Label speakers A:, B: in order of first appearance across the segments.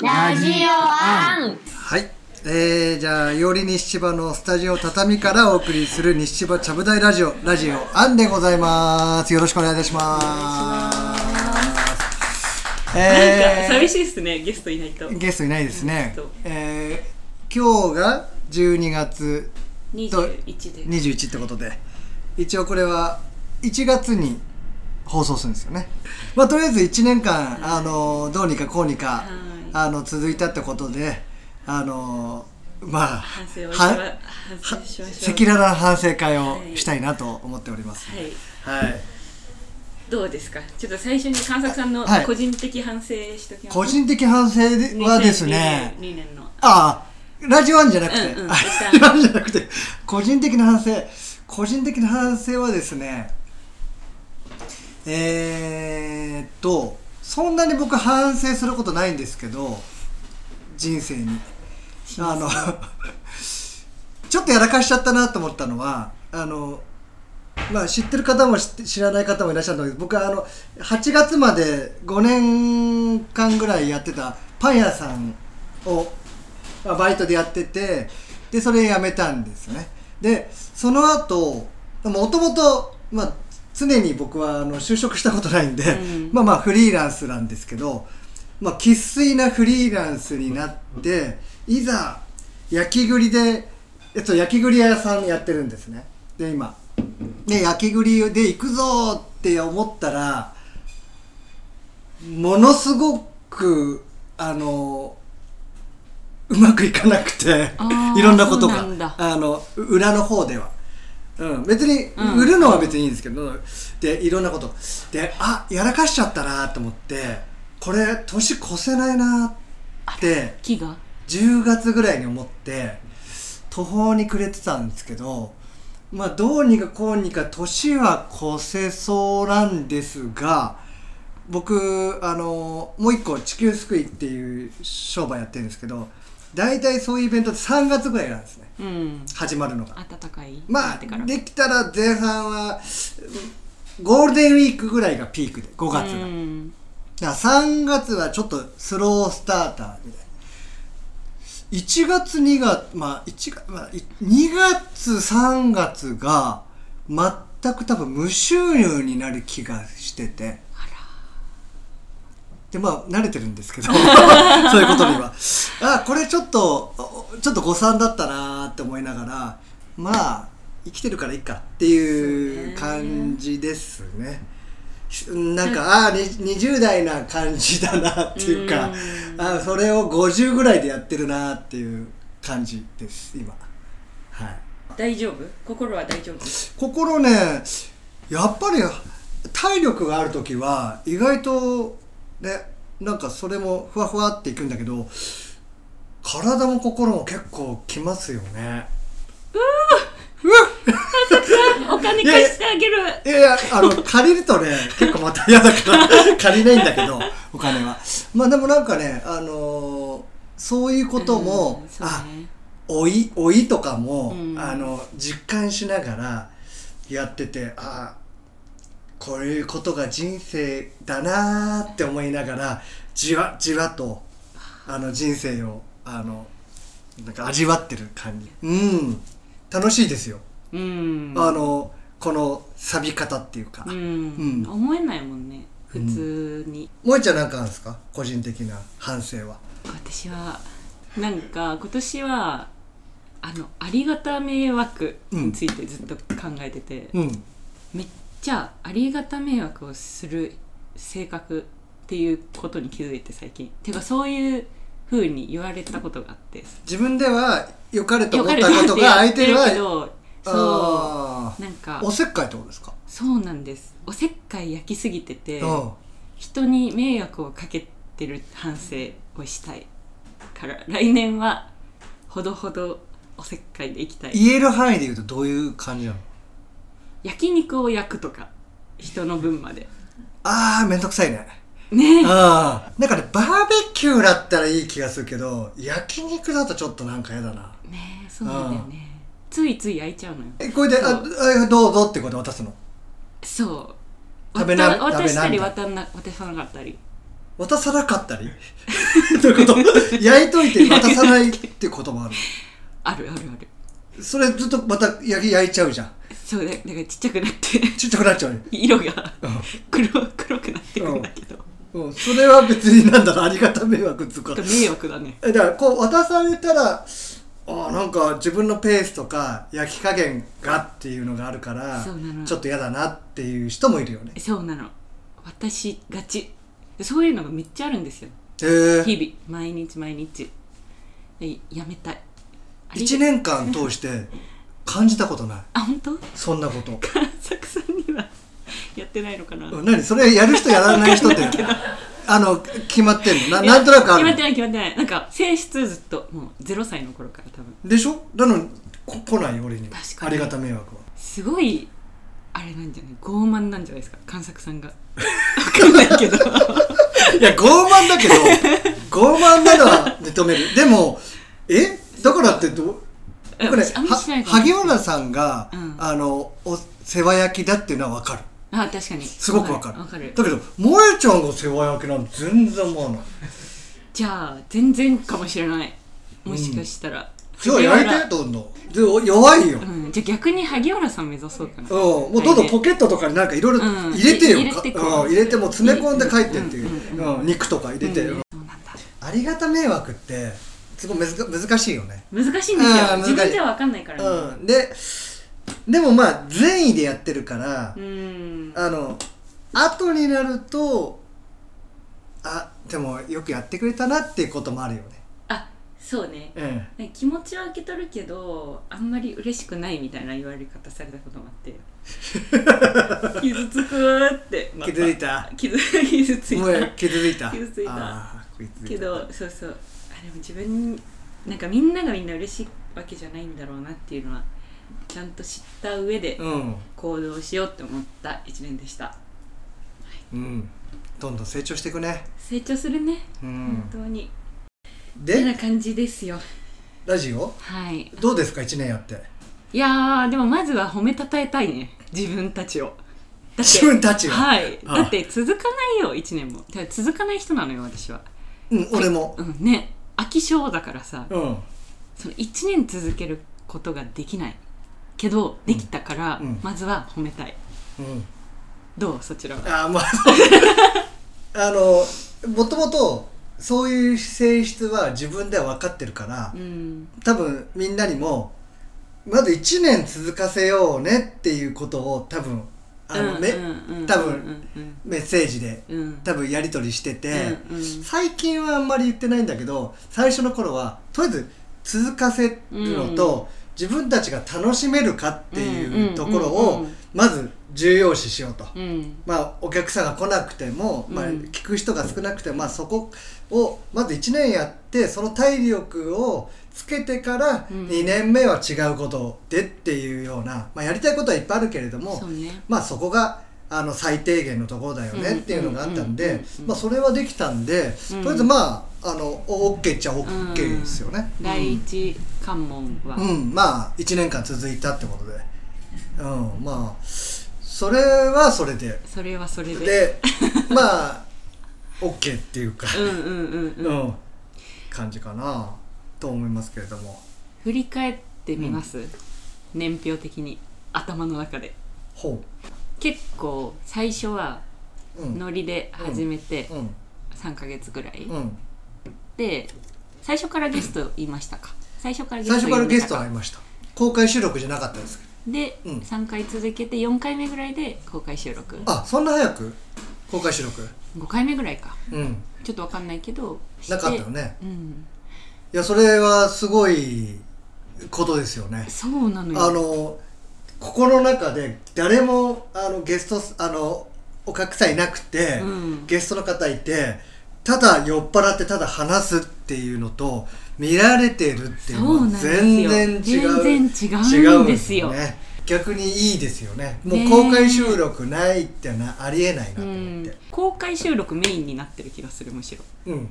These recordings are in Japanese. A: ラジオアン
B: はい、えー、じゃあより西千葉のスタジオ畳からお送りする西千葉ちゃぶ台ラジオラジオアンでございますよろしくお願いいたします
C: なんか
B: え
C: 寂しいですね、ゲストいないと。
B: ー、ゲストいないですね
C: そう、
B: えー、今日が12月
C: 21で。
B: 21ってことで一応これは1月に放送するんですよねまあとりあえず1年間、あのどうにかこうにか、あの続いたってことであのまあ
C: 反省をしま
B: は
C: 反省しましょう。
B: 赤裸々な反省会を
C: はい
B: したいなと思っております
C: はい。
B: はい、
C: どうですかちょっと最初に関作さんの
B: はい
C: 個人的反省しときます。
B: 個人的反省はですね
C: 2年の。
B: ああラジオワンじゃなくて、
C: うんうん
B: あラジオワンじゃなくて個人的な反省個人的な反省はですねえー、っとそんなに僕反省することないんですけど人生にあの ちょっとやらかしちゃったなと思ったのはあのまあ知ってる方も知って知らない方もいらっしゃるんだけど僕はあの8月まで5年間ぐらいやってたパン屋さんをまあ、バイトでやっててでそれ辞めたんですねでその後もともと常に僕はあの就職したことないんで、
C: うん
B: まあまあフリーランスなんですけどまあ生粋なフリーランスになっていざ焼き栗で、えっと、焼き栗屋さんやってるんですねで今で焼き栗で行くぞーって思ったらものすごくあのうまくいかなくて
C: あー
B: いろんなこと
C: そうなん
B: が
C: だ
B: あのう裏の方では、うん、別に
C: うん
B: 売るのは別にいいんですけど、でいろんなことであやらかしちゃったなと思ってこれ年越せないなって
C: 木が
B: 10月ぐらいに思って途方に暮れてたんですけどまあどうにかこうにか年は越せそうなんですが僕あのもう一個地球すくいっていう商売やってるんですけど大体そういうイベントって3月ぐらいなんですね
C: うん。
B: 始まるのが。
C: 暖かい。
B: まあ
C: ってから
B: できたら前半はゴールデンウィークぐらいがピークで5月
C: う
B: が。
C: ん
B: だから3月はちょっとスロースターターみたいな1月2月まあ1月、まあ、い2月3月が全く多分無収入になる気がしててでまあ慣れてるんですけどそういうことにはあこれちょっとおちょっと誤算だったなーって思いながらまあ生きてるからいいかっていう感じですね。なんか、ああーに20代な感じだなっていうか、
C: うん
B: あーそれを50ぐらいでやってるなっていう感じです今はい
C: 大丈夫心は大丈夫
B: 心ねやっぱり体力がある時は意外とねなんかそれもふわふわっていくんだけど体も心も結構きますよね
C: お金貸してあげる
B: いやいや、あの、借りるとね、結構また嫌だから、借りないんだ けど、お金は。まあでもなんかね、あのーそういうことも、
C: うんそう
B: あ、
C: ね
B: 老い、老いとかも、
C: うん
B: あの、実感しながらやってて、あこういうことが人生だなーって思いながら、じわじわと、あの、人生を、あの、なんか味わってる感じ。うん。楽しいですよ。
C: うん
B: あの、この錆び方っていうか。
C: うん
B: うん
C: 思えないもんね普通に
B: 萌ちゃんなんかあるんですか個人的な反省は
C: 私はなんか今年はあのありがた迷惑についてずっと考えてて、
B: うん
C: めっちゃありがた迷惑をする性格っていうことに気づいて最近てかそういう風に言われたことがあって
B: 自分では良かれと
C: よ
B: 思っ
C: かれ
B: たことが相手
C: やってるけ
B: は
C: どそ
B: あ
C: うなんか
B: あおせっかいってことですか
C: そうなんですおせっかい焼きすぎてて
B: うん
C: 人に迷惑をかけてる反省をしたいから来年はほどほどおせっかいでいきたい
B: 言える範囲で言うとどういう感じなの
C: 焼肉を焼くとか人の分まで
B: あーめんどくさいね
C: ね
B: ああなんかねバーベキューだったらいい気がするけど焼肉だとちょっとなんか嫌だな
C: えねえそうなんだよねついつい焼いちゃうのよ
B: えこれでああどうぞってことで渡すの
C: そう
B: 食べな
C: 渡
B: 食べな
C: 渡したり
B: みたい
C: 渡んな渡さなかったり
B: う渡さなかったり どういうこと 焼いといて渡さないってこともある
C: あるあるある
B: それずっとまた焼き焼いちゃうじゃん
C: そうだだからちっちゃくなって
B: ちっちゃくなっちゃうね
C: 色が
B: う
C: 黒黒くなってくんだけど、
B: んうんそれは別になんだろうありがた迷惑っつう か
C: 迷惑だね
B: えだからこう渡されたらああなんか自分のペースとか焼き加減がっていうのがあるから
C: そうなの
B: ちょっと嫌だなっていう人もいるよね
C: そうなの私がちそういうのがめっちゃあるんですよ
B: へえ
C: 日々毎日毎日でやめたいあり
B: 1年間通して感じたことない
C: あ本当
B: そんなこと
C: 贋作さんには やってないのかな
B: うん何それやる人やらない人っ てあの決まってんのななんとなくあ
C: 決まっ
B: る
C: てない決まってないなんか性質ずっともう0歳の頃から多分
B: でしょなのにこ来ない俺には
C: 確か
B: あ
C: に
B: りがた迷惑は
C: すごいあれなんじゃない傲慢なんじゃないですか贋作 さんがわかんないけど
B: いや傲慢だけど傲慢なのは認めるでもえだからってどう
C: え
B: これ
C: 私あんましな
B: は
C: いかも
B: 萩原さんが、
C: うん
B: あのお世話焼きだっていうのは分かる
C: あ確かにす
B: すごく分かる
C: わかる
B: だけど萌えちゃんが世話焼きなんて全然思わない
C: じゃあ全然かもしれないもしかしたら、
B: じゃあ焼いてどんどんでお弱いよ、うん
C: うん、じゃあ逆に萩原さん目指そうかな
B: もうどんどんポケットとかになんかいろいろ
C: うん
B: 入れてよ、
C: 入れてこう
B: うん入れてもう詰め込んで帰ってっていう、
C: う
B: うんん
C: う
B: 肉とか入れて、
C: うん
B: うん
C: そうなんだ
B: ありがた迷惑ってすごいむずか難しいよね、
C: 難しいんですよ
B: あー難し
C: 自
B: い
C: 分では分かんないからね
B: うん、ででもまあ善意でやってるから、
C: うん
B: あの後になるとあでもよくやってくれたなっていうこともあるよね
C: あそうね
B: うん
C: 気持ちは受け取るけどあんまり嬉しくないみたいな言われ方されたことも あって傷つくーって、また
B: 気づいた
C: 傷傷つい
B: もう
C: た
B: 気づいた
C: 傷ついた
B: あー気づいた
C: けどそうそうあでも自分なんかみんながみんな嬉しいわけじゃないんだろうなっていうのはちゃんと知った上で
B: うん
C: 行動しようって思った一年でした
B: うんどんどん成長していくね
C: 成長するね、
B: う
C: 本
B: ん
C: 当にてな
B: で
C: 感じですよ
B: ラジオ
C: はい
B: どうですか1年やって
C: いやーでもまずは褒めたたえたいね自分たちをだって
B: 自分たちは、
C: はい
B: あ
C: だって続かないよ1年もだから続かない人なのよ私は
B: うん、俺も
C: うんね飽き性だからさ
B: うん
C: その1年続けることができないけどできたから、
B: うん
C: まずは褒めたい
B: うん
C: どうそちらは
B: あーまあ あのもともとそういう性質は自分では分かってるから、
C: うん
B: 多分みんなにもまず1年続かせようねっていうことを多分あの、め
C: ね
B: 多分
C: 分
B: メッセージで
C: うんうん
B: 多分やり取りしてて、
C: うんうん
B: 最近はあんまり言ってないんだけど最初の頃はとりあえず続かせるのと、自分たちが楽しめるかっていうところ
C: うんうんうん
B: を
C: うん
B: まず重要視しようと。
C: うん
B: まあ、お客さんが来なくても、まあ、
C: うん
B: 聞く人が少なくても、まあ、そこをまず1年やってその体力をつけてから
C: うん
B: 2年目は違うことでっていうような、まあ、やりたいことはいっぱいあるけれども
C: そうね
B: まあ、そこがあの最低限のところだよ
C: うん
B: ねっていうのがあったん
C: うんうん
B: で
C: うん、
B: まあ、それはできたんで、
C: うん
B: とりあえずまああのお OK っちゃ OK ですよね。うん
C: 第一関門は、
B: うん、まあ1年間続いたってことで、うん、まあそれはそれで
C: それはそれで
B: でまあ OK っていうか、
C: うんうんうんうん、
B: うん感じかなと思いますけれども
C: 振り返ってみます、年表的に頭の中で
B: ほ
C: 結構最初は
B: ううん
C: ノリで始めて
B: うん
C: 3ヶ月ぐらい、
B: うん
C: で最初からゲストいましたか最初からゲ
B: 最
C: ス
B: 初
C: ト
B: から
C: 呼んで
B: ゲ
C: た
B: ス
C: か
B: ト会いました公開収録じゃなかったですけ
C: で、
B: うん
C: 3回続けて4回目ぐらいで公開収録
B: どあそんな早く公開収録
C: 5回目ぐらいか
B: うん
C: ちょっとわかんないけどして
B: なかったよね
C: うん
B: いやそれはすごいことですよね
C: そうなのよ
B: あのここの中で誰もあのゲストあのお客さんいなくて、
C: うん
B: ゲストの方いてただ酔っ払ってただ話すっていうのと見られてるっていう
C: そ
B: の
C: うな
B: は
C: んですよ
B: 全然違う
C: 全然違うんですよ
B: 違ね逆にいいですよねもう
C: ねえ
B: 公開収録ないってなありえないなと
C: う
B: 思っ
C: ん
B: て、
C: 公開収録メインになってる気がするむしろ
B: うん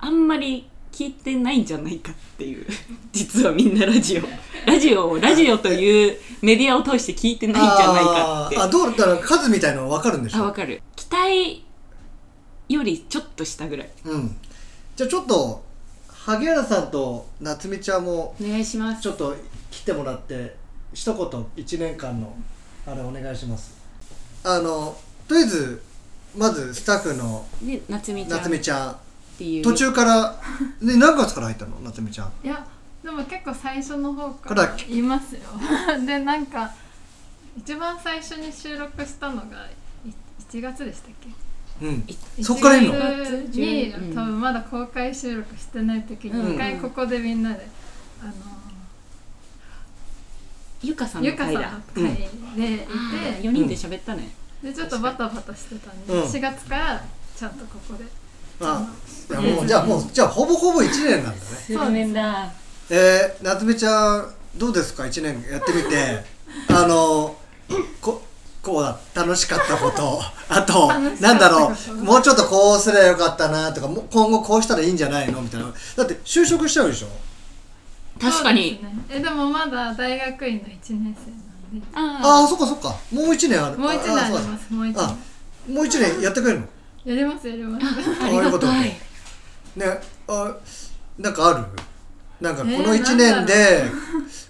C: あんまり聞いてないんじゃないかっていう 実はみんなラジオラジオをラジオというメディアを通して聞いてないんじゃないかって
B: あーあどうだから数みたいなの分かるんでし
C: あわ
B: ょ
C: かる期待よりちょっと下ぐらい
B: うんじゃあちょっと萩原さんと夏美ちゃんも
C: お願いします
B: ちょっと来てもらって一言1年間のあれお願いしますあのとりあえずまずスタッフの
C: で夏美ちゃん
B: 夏美ちゃ
C: ってい
B: ん
C: う
B: 途中から、ね、何月から入ったの夏美ちゃん
D: いやでも結構最初の方か
B: から
D: らいますよ でなんか一番最初に収録したのがい1月でしたっ
B: うん
C: い
D: け
B: そっからいんの
D: 1月に
C: うん
D: 多分まだ公開収録してない時
C: うん
D: に一回ここでみんなで、あの
C: ゆかさん
D: ゆ
C: の
D: かさ
C: 回
D: んの
C: だ
D: 会でいて、
C: 4人で喋ったね、
D: でちょっとバタバタしてたんで、
B: うん
D: 4月からちゃんとここで
B: あいやもうじゃあもうじゃあほぼほぼ1年なんだね
C: 数年だ
B: えー、夏美ちゃんどうですか1年やってみて あのここうだ楽しかったこと あと
D: 楽しか
B: な
D: ったこと
B: んだろうもうちょっとこうすりゃよかったなとかもう今後こうしたらいいんじゃないのみたいなだって就職しちゃうでしょ
C: 確かに
D: そうですねえでもまだ大学院の1年生なんで
B: ああ
C: あ
B: ーそっかそっかもう1年ある
D: もう1年あり
B: ーそう
D: ま
B: だ
D: すもう1
B: あ
D: 年
B: もう1年やってくれるの
D: やりますやります
C: あありがたい
B: ねあなんかあるなんかこの
D: えー
B: 1年で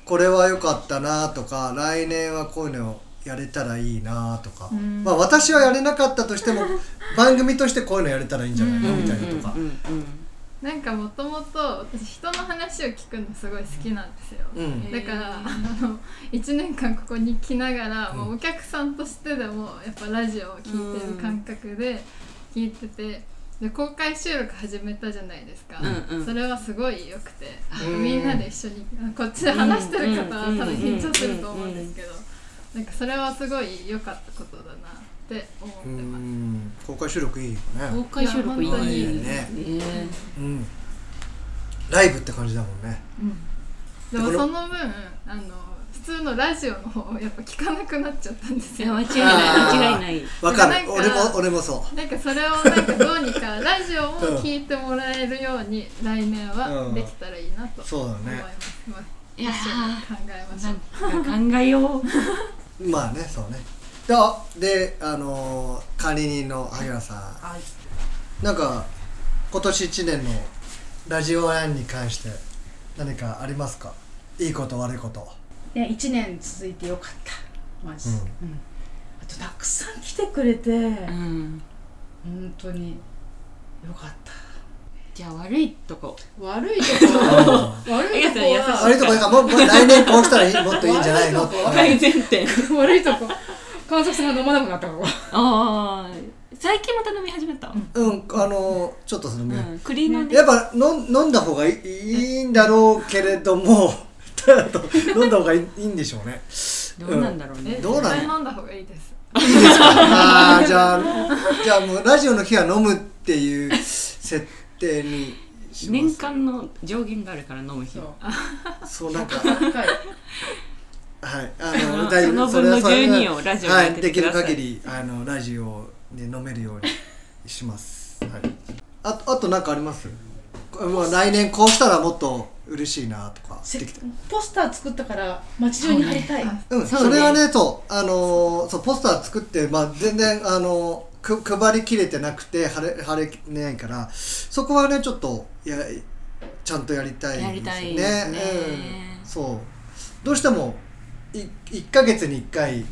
B: これは良かったなとか来年はこういうのをやれたらいいなとか、
D: うん
B: まあ、私はやれなかったとして も番組としてこういうのやれたらいいんじゃないのみたいなとか。
C: うんうんうん
D: なんかもともと私人の話を聞くのすごい好きなんですよ、
B: うん
D: だからあの1年間ここに来ながら、もうお客さんとしてでもやっぱラジオを聞いてる感覚で聞いててで公開収録始めたじゃないですか、
C: うんうん
D: それはすごい良くて、
B: うん
D: みんなで一緒にこっちで話してる方は多分緊張すると思うんですけど、なんかそれはすごい良かったことだなって思って
B: う
D: ます。
B: ん公開収録いいよ
C: 公
B: ね、
C: 開収録いい
B: いや
C: ね
B: 本うん、ライブって感じだもんね
D: うんで
B: こ
D: も
B: れ
D: その分あの普通のラジオの方をやっぱ聞かなくなっちゃったんです
C: いや
D: よ
C: 間違い
B: あー
C: ない間違いない
B: わかる
D: なんか
B: 俺も俺もそ
D: なんかそれをなんかどうにかラジオも聞いてもらえるように来年はできたらいいなと
B: うそうだ
D: 思い
B: ね
D: ます、まあ
C: いやー
D: 考えましょ
C: な
D: うん
C: か考えよう
B: まあねそうねであであのー管理人の萩原さん、
A: はい
B: なんか今年1年のラジオワンに関して何かありますかいいこと悪いこと
A: ね、1年続いてよかったマジ、
B: うん
A: うんあとたくさん来てくれて、
C: うん
A: 本当によかった
C: じゃあ悪いとこ
A: 悪いとこ悪いとこは
B: 悪いとこなんかもうもう来年こうしたらいいもっといいんじゃないの
A: 悪いとこ
C: 改善点
A: 悪いとこ川崎さんが飲まなくなったここ
C: ああ最近また飲み始めたう
B: うんあのーちょっとそのね、
C: ん栗のね
B: やっぱ飲ん飲んだ方がいいいいんだろうけれども ただと飲んだ方がいいいいんでしょうね
C: どうなんだろうね
D: う
B: どうなの
D: 絶対飲んだ方がいいです
B: いいですかあーじゃあじゃあもうラジオの日は飲むっていう設定にしま
C: 年
B: す
C: 間の上限があるから飲む日
A: そう
B: そうなんか
A: 高い
B: はい、
C: そ
B: あの
C: の
B: だい
C: その
B: ぶ
C: 分
B: それは
C: の
B: それは
C: 12をラジオに
B: は
C: 当
B: い、
C: て
B: で
C: て
B: き
C: く
B: る
C: ださい
B: 限りあのラジオで飲めるようにします。はい。あとあとなんかあります？こまあ来年こうしたらもっと 嬉しいなとか
A: せ
B: できた。
A: ポスター作ったから街中に貼りたい、
D: あ
B: うん、
C: そ
B: そう
C: ね
B: れはね、そう、あのーそうポスター作って、まあ全然あのーく配りきれてなくて貼れ貼れないから、そこはねちょっとやちゃんとやりたい
C: やりたいですね
B: うん、そう、どうしてもい一ヶ月に一回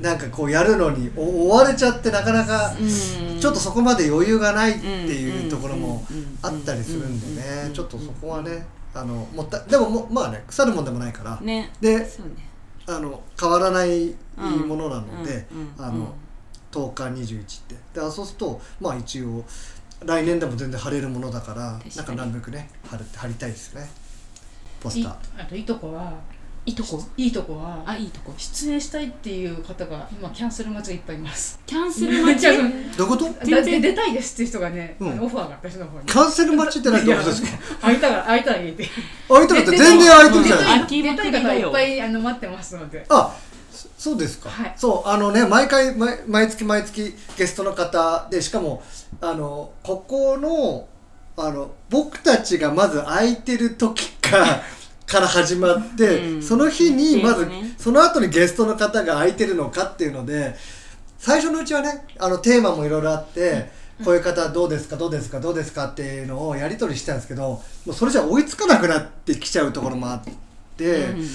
B: なんかこうやるのにお追われちゃってなかなか
C: うん
B: ちょっとそこまで余裕がないって
C: う
B: い
C: ん
B: うところも
C: うん
B: あったりするんで
C: う
B: ね
C: ん、
B: ちょっとそこはね、あのもったいでももまあね腐るもんでもないから。
C: ね
B: で
C: そうね
B: あの変わらないものなので、
C: うんうんうん
B: あの10日21ってであそうするとまあ一応来年でも全然貼れるものだから
C: 確かに
B: なんかなるべくね貼る貼りたいですねポ
A: い
B: ス
A: い
B: ター
A: あといいとこはい
C: いとこ
A: いいとこは
C: あいいとこ
A: 出演したいっていう方が今キャンセル待ちがいっぱいいます
C: キャンセル待ち
A: めっ
B: ど
A: ちゃ
B: ういうこと
A: だ
C: 全然
A: 出たいですっていう人がね、
B: うん
A: オファーが私の方に
B: キャンセル待ちってのはどういうことですか
A: 会いたら会いたら言って
B: 空いてるって全然空いてるじゃ
C: 出
B: ない
C: て
A: 出たい方いっぱいあの待ってますので
B: あそそうですか、
A: はい
B: そうあのね毎回毎毎月毎月ゲストの方でしかもあのここのあの僕たちがまず空いてる時 かから始まって、
C: うん
B: その日にまず、
C: そうですね
B: その後にゲストの方が空いてるのかっていうので最初のうちはねあのテーマもいろいろあって、こういう方どうですかどうですかどうですかっていうのをやり取りしてたんですけどもうそれじゃ追いつかなくなってきちゃうところもあって、
C: うん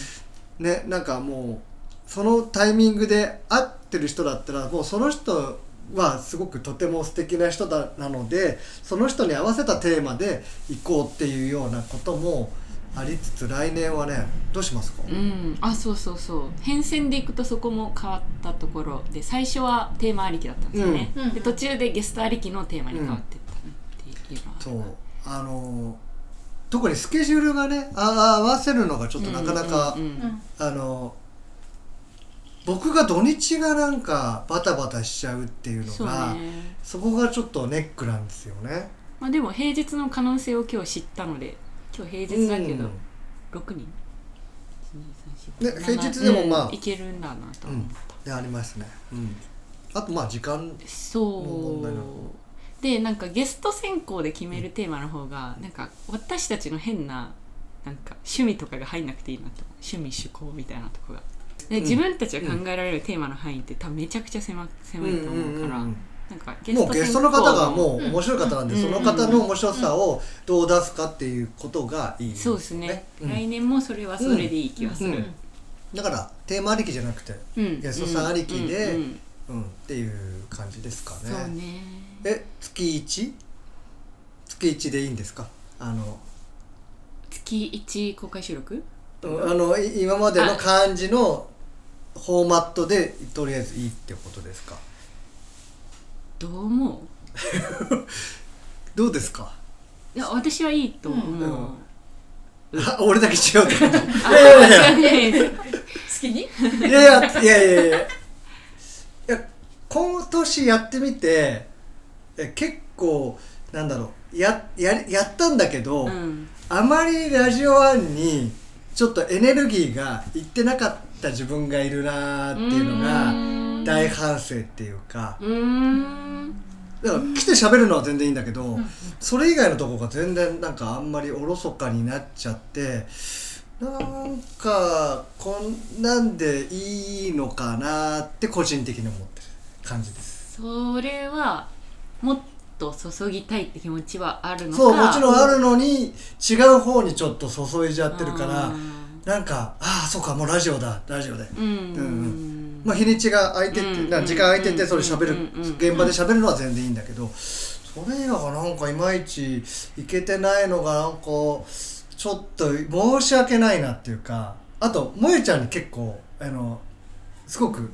B: ねなんかもうそのタイミングで会ってる人だったらもうその人はすごくとても素敵な人だなのでその人に合わせたテーマで行こうっていうようなこともありつつ来年はねどうしますか、
C: うん、あそうそうそう変遷でいくとそこも変わったところで最初はテーマありきだったんですよね、
D: うん
C: で途中でゲストありきのテーマに変わってったっていうのは、
B: そうあの特にスケジュールがねあ合わせるのがちょっとなかなか、
C: うんうんうん
B: あの僕が土日がなんかバタバタしちゃうっていうの
C: そう
B: がそ,、
C: ね
B: こがちょっとネックなんですよね。
C: まあでも平日の可能性を今日知ったので今日平日だけど、
B: うん
C: 6人
B: ね平日でもまあ
C: いけるんだなと思った、
B: でありますね、うん、あとまあ時間問題なのか
C: そうでなんかゲスト選考で決めるテーマの方がなんか私たちの変ななんか趣味とかが入んなくていいなと趣味趣向みたいなとこがで
B: うん
C: 自分たちが考えられるテーマの範囲って多分めちゃくちゃ狭狭いと思うから、
B: ん
C: なんか
B: もうゲストの方がもう
D: うん
B: 面白い方なんで、
C: うん
B: その方の面白さをどう出すかっていうことがいい、
C: そうですね、
B: うん
C: 来年もそれはそれでいい気がする、
B: うんうんだからテーマありきじゃなくて、
C: うん
B: ゲストさんありきで
C: うんうんうん
B: うん、っていう感じですかね
C: そうね
B: え月 1? 月1でいいんですかあの
C: 月1公開収録
B: うんあのい今までの感じのフォーマットでとりあえずいいってことですか
C: どう思
B: どうですか
C: ういや私はいいと思う、
B: うん うんあ 俺だけ違うけどいやいやいや
C: 間違いない
A: きに
B: いやいやいやいやいやいや今年やってみてえ結構なんだろうやややったんだけど、
C: うん
B: あまりラジオワンにちょっとエネルギーがいってなかった自分がいるなーっていうの
C: う
B: が
C: ーん
B: 大反省っていうか
C: うーん
B: だから来て喋るのは全然いいんだけど、それ以外のとこが全然なんかあんまりおろそかになっちゃってなんかこんなんでいいのかなって個人的に思ってる感じです。
C: それはもっと注ぎたいって気持ちはあるのか
B: そうもちろん
C: ん
B: あるのに違う方にちょっと注いじゃってるから
C: う
B: なんかああそうかもうラジオだラジオで。
C: ん
B: う
C: うん
B: うんまあ、日にちが空いてって、
C: うん
B: なんか時間空いててそれ喋る、
C: うんうん
B: 現場で喋るのは全然いいんだけどそれがなんかいまいちいけてないのがなんかちょっと申し訳ないなっていうかあと萌えちゃんに結構あのすごく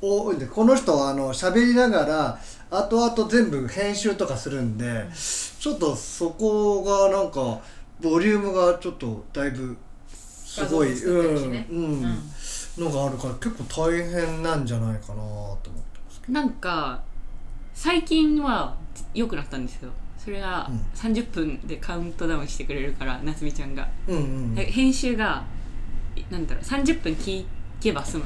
B: 多いんでこの人はあの喋りながら後々全部編集とかするんでちょっとそこがなんかボリュームがちょっとだいぶすごい、
A: 画像も作ってるしね
B: うん、う
A: うんん、
B: のがあるから結構大変なんじゃないかなと思ってます
C: なんか最近は良くなったんですよそれが
B: うん
C: 30分でカウントダウンしてくれるから夏美ちゃんが、
B: うんうん
C: で編集がなんだろう30分聞けば済む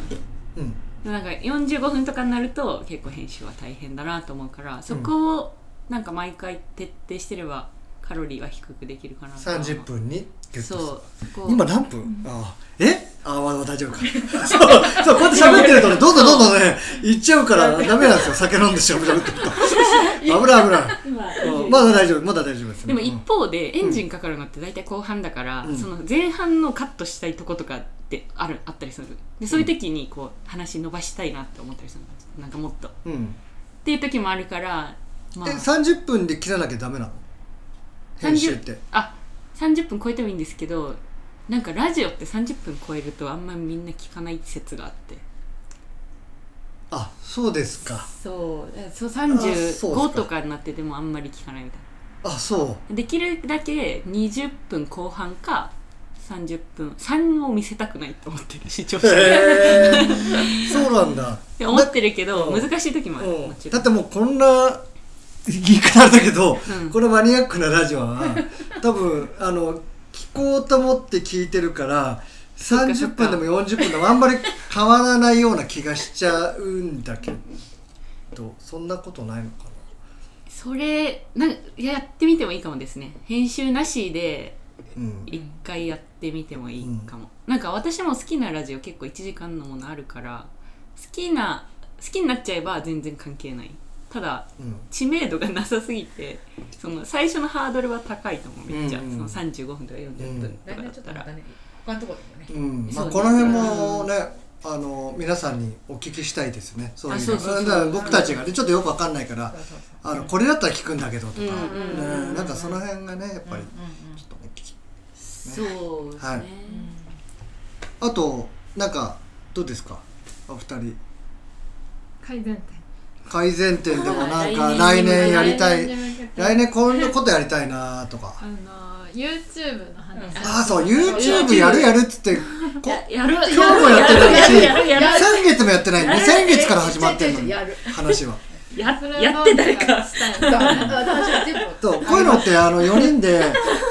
B: うん
C: でもなんか45分とかになると結構編集は大変だなと思うからそこをなんか毎回徹底してればカロリーは低くできるかなとは思う
B: 30分にギュッとす
C: そ
B: る
C: うそこ
B: 今何分、ああえああまあまあ大丈夫か そうそうこうやって喋ってるとねどんどんどんどんねいっちゃうからダメなんですよ酒飲んでしゃぶしゃぶってる と危ない危ないうんまだ大丈夫まだ大丈夫ですね
C: でも一方でエンジンかかるのって大体後半だから、
B: うん
C: その前半のカットしたいとことかってあるあったりするでそういう時にこう話伸ばしたいなって思ったりするのなんかもっとっ
B: うん、うん
C: ていう時もあるからまあ
B: え30分で切らなきゃダメなの編集って
C: あ30分超えてもいいんですけどなんかラジオって30分超えるとあんまみんな聞かない説があって
B: あそうですか
C: そうだからそう
B: あそうです
C: 35
B: か
C: とかになっててもあんまり聞かないみたい
B: あそ
C: なできるだけ20分後半か30分3を見せたくないと思ってる視聴
B: う
C: 者に
B: へえそうなんだ
C: って思ってるけど
B: だ
C: 難しい時もある
B: う
C: もち
B: んだ
C: ろん
B: ってもうこんな言い方あれだけど、
C: うん
B: このマニアックなラジオ は多分あの聞こうと思って聞いてるから
C: っか
B: 30分でも40分でもあんまり変わらないような気がしちゃうんだけどそんなことないのかな
C: それなんやってみてもいいかもですね編集なしで
B: うん
C: 一回やってみてもいいかも、なんか私も好きなラジオ結構1時間のものあるから好きな好きになっちゃえば全然関係ないただ
B: うん
C: 知名度がなさすぎてその最初のハードルは高いと思うめっちゃ、
B: うん
C: その35分とか40分と
A: 来
C: かだ
A: 年
C: っ
A: ちょっ
C: た
A: とま
C: ら、
A: たね他のところでもね
B: うんまあ、
C: そう
B: この辺もねあの皆さんにお聞きしたいですねそういうの
C: あそうそうそう
B: だから僕たちがねちょっとよくわかんないから
A: そうそうそう
B: あのこれだったら聞くんだけどとか、
C: うんうんうん
B: ねなんかその辺がねやっぱり
A: うんうんうん
B: ちょっとね聞き
C: そうですね、
B: はいあとなんかどうですかお二人
D: 改善点
B: 改善点でもなんか
C: はい
B: 来年やりた
D: 来
B: い
D: 年に向けて
B: 来年こんなことやりたいなとか
D: あの YouTube の話、
A: うん
B: ああそう YouTube やるやるっつってこ
C: ややるや
B: 今日もやって
C: る
B: ないし
C: やるやるやる
B: 先月もやってないんで
C: やる
B: 先月から始まってんのに
A: やる
B: 話は。
C: や
D: それは
C: やって誰
D: どうに
C: か
D: したい
A: だ私は全部
B: そうこういうのってあの4人で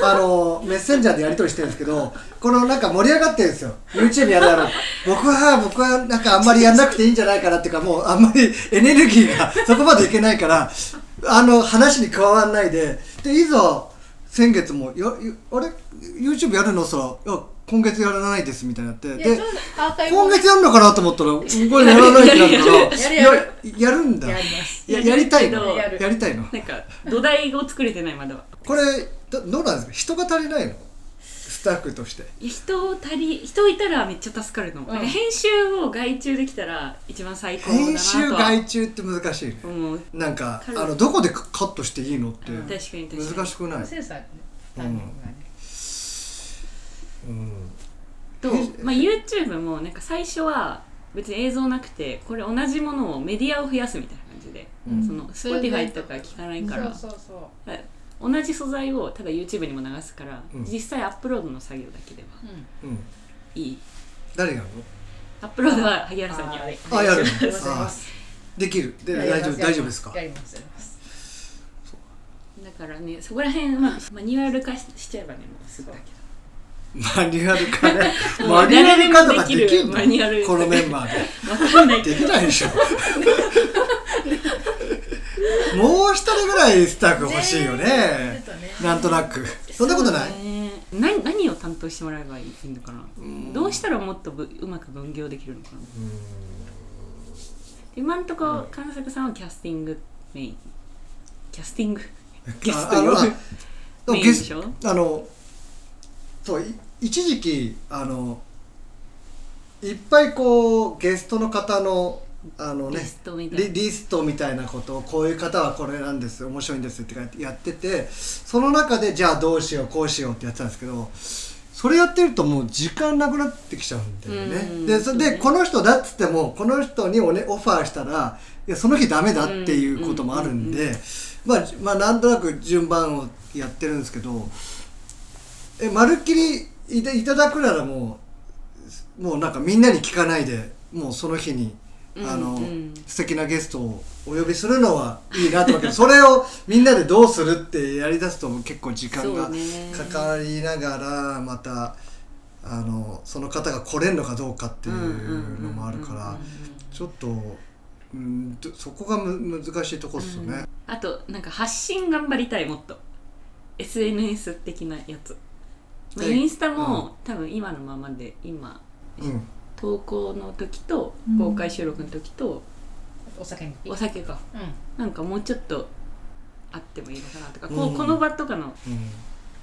B: あのメッセンジャーでやり取りしてるんですけどこのなんか盛り上がってるんですよ YouTube やるやろう僕は僕はなんかあんまりやんなくていいんじゃないかなっていうかもうあんまりエネルギーがそこまでいけないからあの話に加わんないででいざ先月もや「あれ YouTube やるの?」そらいや今月やらないです」みたいになって
A: いや
B: で
A: ちょっとアーカイブ
B: 今月やるのかなと思ったら「これやらない」ってなるから
A: やる
B: い
A: やる
B: ややるんだ
A: やります
B: ややりたいの
A: やる
B: やりたいの
C: なんか土台を作れてないまだは
B: これどどうなんですか人が足りないのスタッフとして
C: いや人を足り人いたらめっちゃ助かると思う、
A: うん
C: なんか編集を外注できたら一番最高だ
B: 編集
C: なとは
B: 外注って難しいね
C: 思う
B: なんかあ
C: 軽い
B: のどこでカカットしていいのって
A: うん
C: 確かに確かに
B: 難しくない、
A: センサーねタイミングがね
B: うん
C: と、まあ、YouTube もなんか最初は別に映像なくてこれ同じものをメディアを増やすみたいな感じで、
B: うん
C: その Spotify とか聞かないから
A: そうそうそう
C: 同じ素材をただ YouTube にも流すから、
B: うん
C: 実際アップロードの作業だけでは
A: うん
B: うん、
C: いい
B: 誰がやる
C: アップロードは萩原さんには
A: はい
B: のあやるの
A: ありがとうござい
B: あ
A: ます
B: できるで
A: いや
B: 大丈
A: やり
B: 夫
A: ます
B: 大丈夫ですか
A: やりますやります
C: だからねそこら辺はマニュアル化ししちゃえばねもうすぐだけど
B: マニュアル化 ね
C: うん
B: マニュアル化とかで
C: 誰
B: きる
C: でもできる
B: の
C: マニュアル
B: このメンバーで
C: わかんないけ
B: で
C: ど
B: きないでし ょもう一人ぐらいスタッフ欲しいよね
A: ちょっとね
B: なんとなくそんなことない、
C: そうね何何を担当してもらえばいいのかな、
B: ん
C: どうしたらもっとぶうまく分業できるのかな今んとこ金坂さんはキャスティングメインキャスティングゲストよ
B: ああのあ
C: メイン
B: ゲ
C: で
B: ス
C: しょ
B: あのそうい一時期あのいっぱいこうゲストの方のあのね
C: リストみたいな
B: リリストみたいなことをこういう方はこれなんです面白いんですってやっててその中でじゃあどうしようこうしようってやってたんですけどそれやってるともう時間なくなってきちゃうんだよ
C: うんう
B: ね
C: ん
B: でそ
C: そう
B: で
C: ね
B: この人だっつってもこの人にお、ね、オファーしたらいやその日ダメだっていうこともあるん
C: うんうんうん
B: でまあじまあなんとなく順番をやってるんですけどえまるっきりいたいただくならもうもうなんかみんなに聞かないでもうその日に。あの、
C: うんうん
B: 素敵なゲストをお呼びするのはいいなと思うけどそれをみんなでどうするってやりだすと結構時間が
C: そうね
B: かかりながらまたあのその方が来れるのかどうかっていうのもあるか
C: うんうん
B: ら
C: うんうん
B: ちょっとうんとそこがむ難しいとこっすよね。
C: あとなんか発信頑張りたいもっと SNS 的なやつ、まあ、
B: はい
C: インスタも、多分今のままで今
B: うん
C: 投稿の時と
D: うん
C: 公開収録の時と
A: お酒に行
C: お
A: っ
C: 酒か
A: てうん
C: なんかもうちょっとあってもいいのかなとか、
B: う
C: こ
B: ん
C: うこの場とかの、
B: うん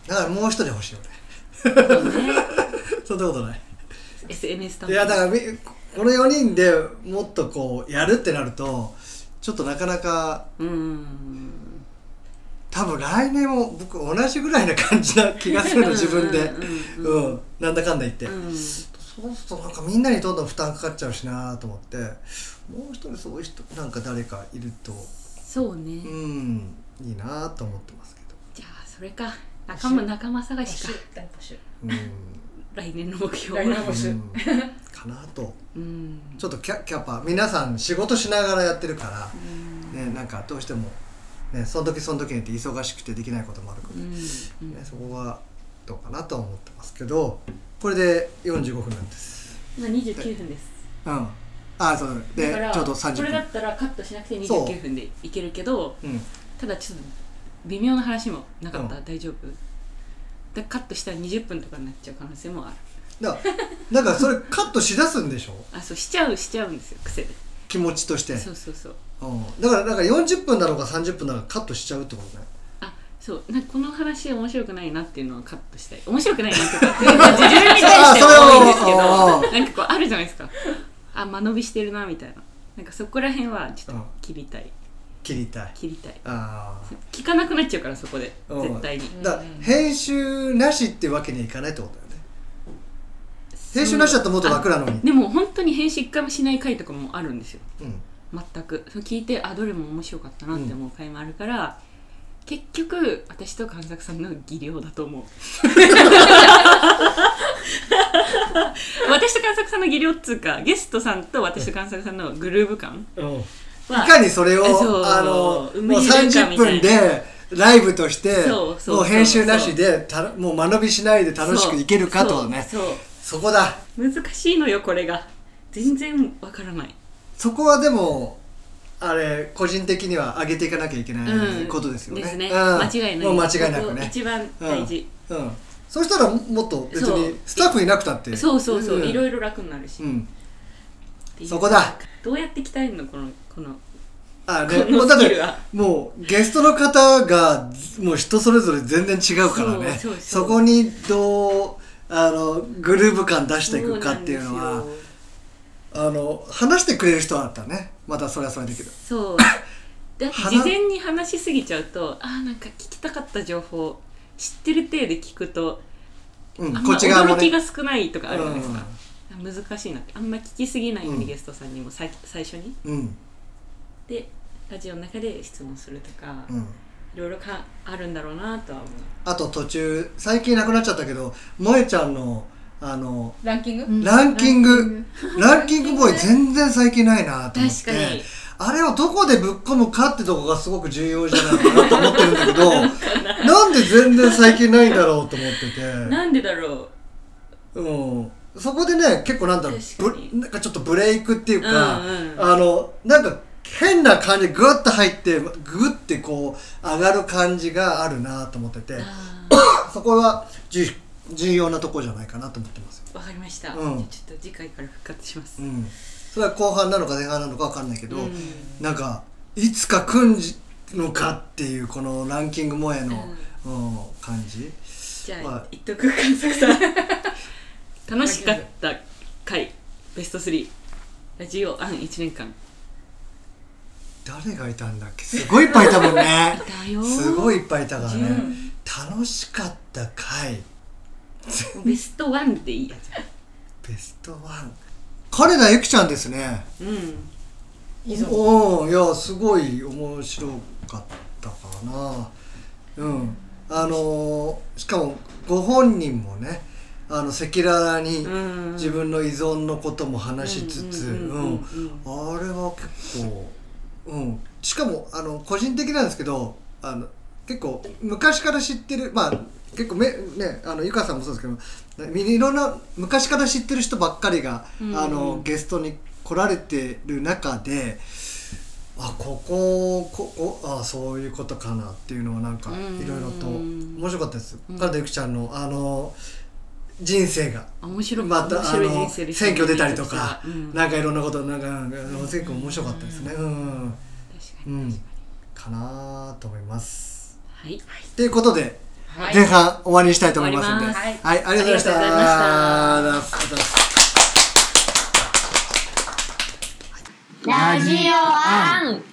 B: だからもう一人欲しいよね。 そんなことない。
C: SNS 担
B: い
C: 当
B: やだからみこの4人でもっとこうやるってなるとちょっとなかなか
C: うん
B: 多分来年も僕同じぐらいな感じな気がするの自分で
C: うん
B: う
C: うん
B: ん、なんだかんだ言って、
C: うん
B: そうするとなんかみんなにどんどん負担かかっちゃうしなと思ってもう一人そういう人なんか誰かいると
C: そうね、
B: うんいいなと思ってますけど
C: じゃあそれか仲間仲間探しか
A: 大募集
B: うん、
C: 来年の目標
A: 来年の
C: は
A: 募集
B: うんかなと
C: うん
B: ちょっとキャキャパ皆さん仕事しながらやってるから、ね、なんかどうしても、ね、その時その時によって忙しくてできないこともあるから
C: う、んうん
B: ね、そこはどうかなとは思ってますけどこれで45分なんです
C: 今29分です
B: うんああそうで
C: だから
B: ちょうど30
C: これだ
B: 分
C: ったらカットしなくて
B: そう
C: 29分でいけるけど
B: うん
C: ただちょっと微妙な話もなかった、
B: うん
C: 大丈夫だカットしたら20分とかになっちゃう可能性もある
B: だからだからそれカットしだすんでしょ
C: あそうしちゃうしちゃうんですよ癖で
B: 気持ちとして
C: そうそうそう
B: うんだからなんか40分だろうが30分だろうがカットしちゃうってことね
C: あそうなんかこの話面白くないなっていうのはカットしたい面白くないなっていうか自分に 対しては多いんですけど
B: あそ
C: なんかこうあるじゃないですかあ間延びしてるなみたいななんかそこら辺はちょっと切りたい
B: 切りたい
C: 切りたい
B: ああ
C: 聞かなくなっちゃうからそこで
B: うん
C: 絶対に
B: だから編集なしってわけにはいかないってことだよね編集なしだともっと楽なのに
C: でも本当に編集一回もしない回とかもあるんですよ
B: うん
C: 全くそう聞いてあどれも面白かったなって思う回もあるから、結局私と神作さんの技量だと思 う私と神作さんの技量っつうかゲストさんと私と神作さんのグルーヴ感
B: うんい
C: は
B: かにそれを
C: そう
B: あの
C: 埋め
B: もう
C: れるかみたいな
B: 30分でライブとして
C: そうそうそう
B: もう編集なしでたのもう間延びしないで楽しくいけるかとね
C: そうそう
B: そこだ
C: 難しいのよこれが全然わからない
B: そこはでもあれ個人的には上げていかなきゃいけな
C: う
B: い
C: ん
B: ことですよね,、うん、
C: 間違いない
B: もう間違いなく
C: ここ
B: ね
C: 一番大事、
B: うんそうしたらもっと別
C: そう
B: にスタッフいなくたって
C: そうそうそう、
B: ん
C: いろいろ楽になるし、
B: う
C: っ
B: ん
C: ていう
B: そこだ
C: どうやって鍛えるのこのこの
B: あ
C: こ
B: ねも
C: の
B: うだっ
C: スキル
B: て
C: は
B: もうゲストの方がもう人それぞれ全然違うからね
C: そうそうそう
B: こにどうあのグルーヴ感出していくかっていうのはあの話してくれる人だったらねまたそれはそれできる
C: そうだって
B: 話
C: 事前に話しすぎちゃうとあーなんか聞きたかった情報知ってる体で聞くと、
B: うん
C: あん
B: こ
C: ま
B: っち側も
C: 驚き
B: ね
C: が少ないとかあるじゃないですか、難しいなってあんま聞きすぎないよう
B: う
C: に
B: ん
C: ゲストさんにもさい最初に
B: うん
C: でラジオの中で質問するとか、
B: うん
C: いろいろかあるんだろうなとは思う
B: あと途中最近なくなっちゃったけど萌えちゃんのあの
A: ランキング、
B: ランキン
D: ラン
B: グランキングボーイ全然最近ないなと思って
C: 確かに
B: あれをどこでぶっ込むかってとこがすごく重要じゃないかなと思ってるんだけ どなんで全然最近ないんだろうと思ってて、
C: なんでだろう
B: うん、そこでね結構なんだろう
C: 確かに
B: ぶなんかちょっとブレイクっていうか、
C: うんうん
B: あのなんか変な感じグッと入ってグッてこう上がる感じがあるなと思ってて
C: あ
B: そこは重重要なとこじゃないかなと思ってますよ、
C: ーわかりまし
B: う
C: た、
B: ん
C: じゃあちょっと次回から復活します、
B: うん、それは後半なのか前半なのか分かんないけど、
C: うん
B: なんかいつか来んのかっていうこのランキング萌えの、うん感じ
C: じゃあ、
B: まあ
C: 一徳観測さん楽しかった回ベスト3ラジオアン1年間
B: 誰がいたんだっけすごいいっぱいいたもんね
C: だよ
B: すごいいっぱいいたからね
C: うん
B: 楽しかった回
C: ベストワンでいいやつ
B: ベストワン金田ゆきちゃんですね
C: うん
A: いいぞ
B: おおいやすごい面白かったかなうんあのーしかもご本人もねあの赤裸々に
C: うん
B: 自分の依存のことも話しつつ
C: うんうんうんうん
B: うんあれは結構うんしかもあの個人的なんですけどあの結構昔から知ってるまあ結構めねあのゆかさんもそうですけどみいろんな昔から知ってる人ばっかりが、
C: うん
B: あのゲストに来られてる中であここここあそういうことかなっていうのはなんか
C: うん
B: いろいろと面白かったです。
C: うん
B: 金田ゆきちゃんのあの人生が
C: 面白い
B: また
C: 面
B: あ
C: 白い
B: の
C: 人生でした
B: 選挙出たりとか、
C: うん、
B: なんかいろんなことなんかなんか結構面白かったですね。うん、
C: 確か
B: う
C: に、
B: ん、かなと思います。
C: はい、
B: ということで
A: はい
B: 前半終わりにしたいと思いますので、
C: 終わ
B: は
C: り
B: い
C: ます、
B: ありがとうございました。
C: ありがとうござい
B: ありがとうございますありがとうございます
C: ました
E: ラジオアン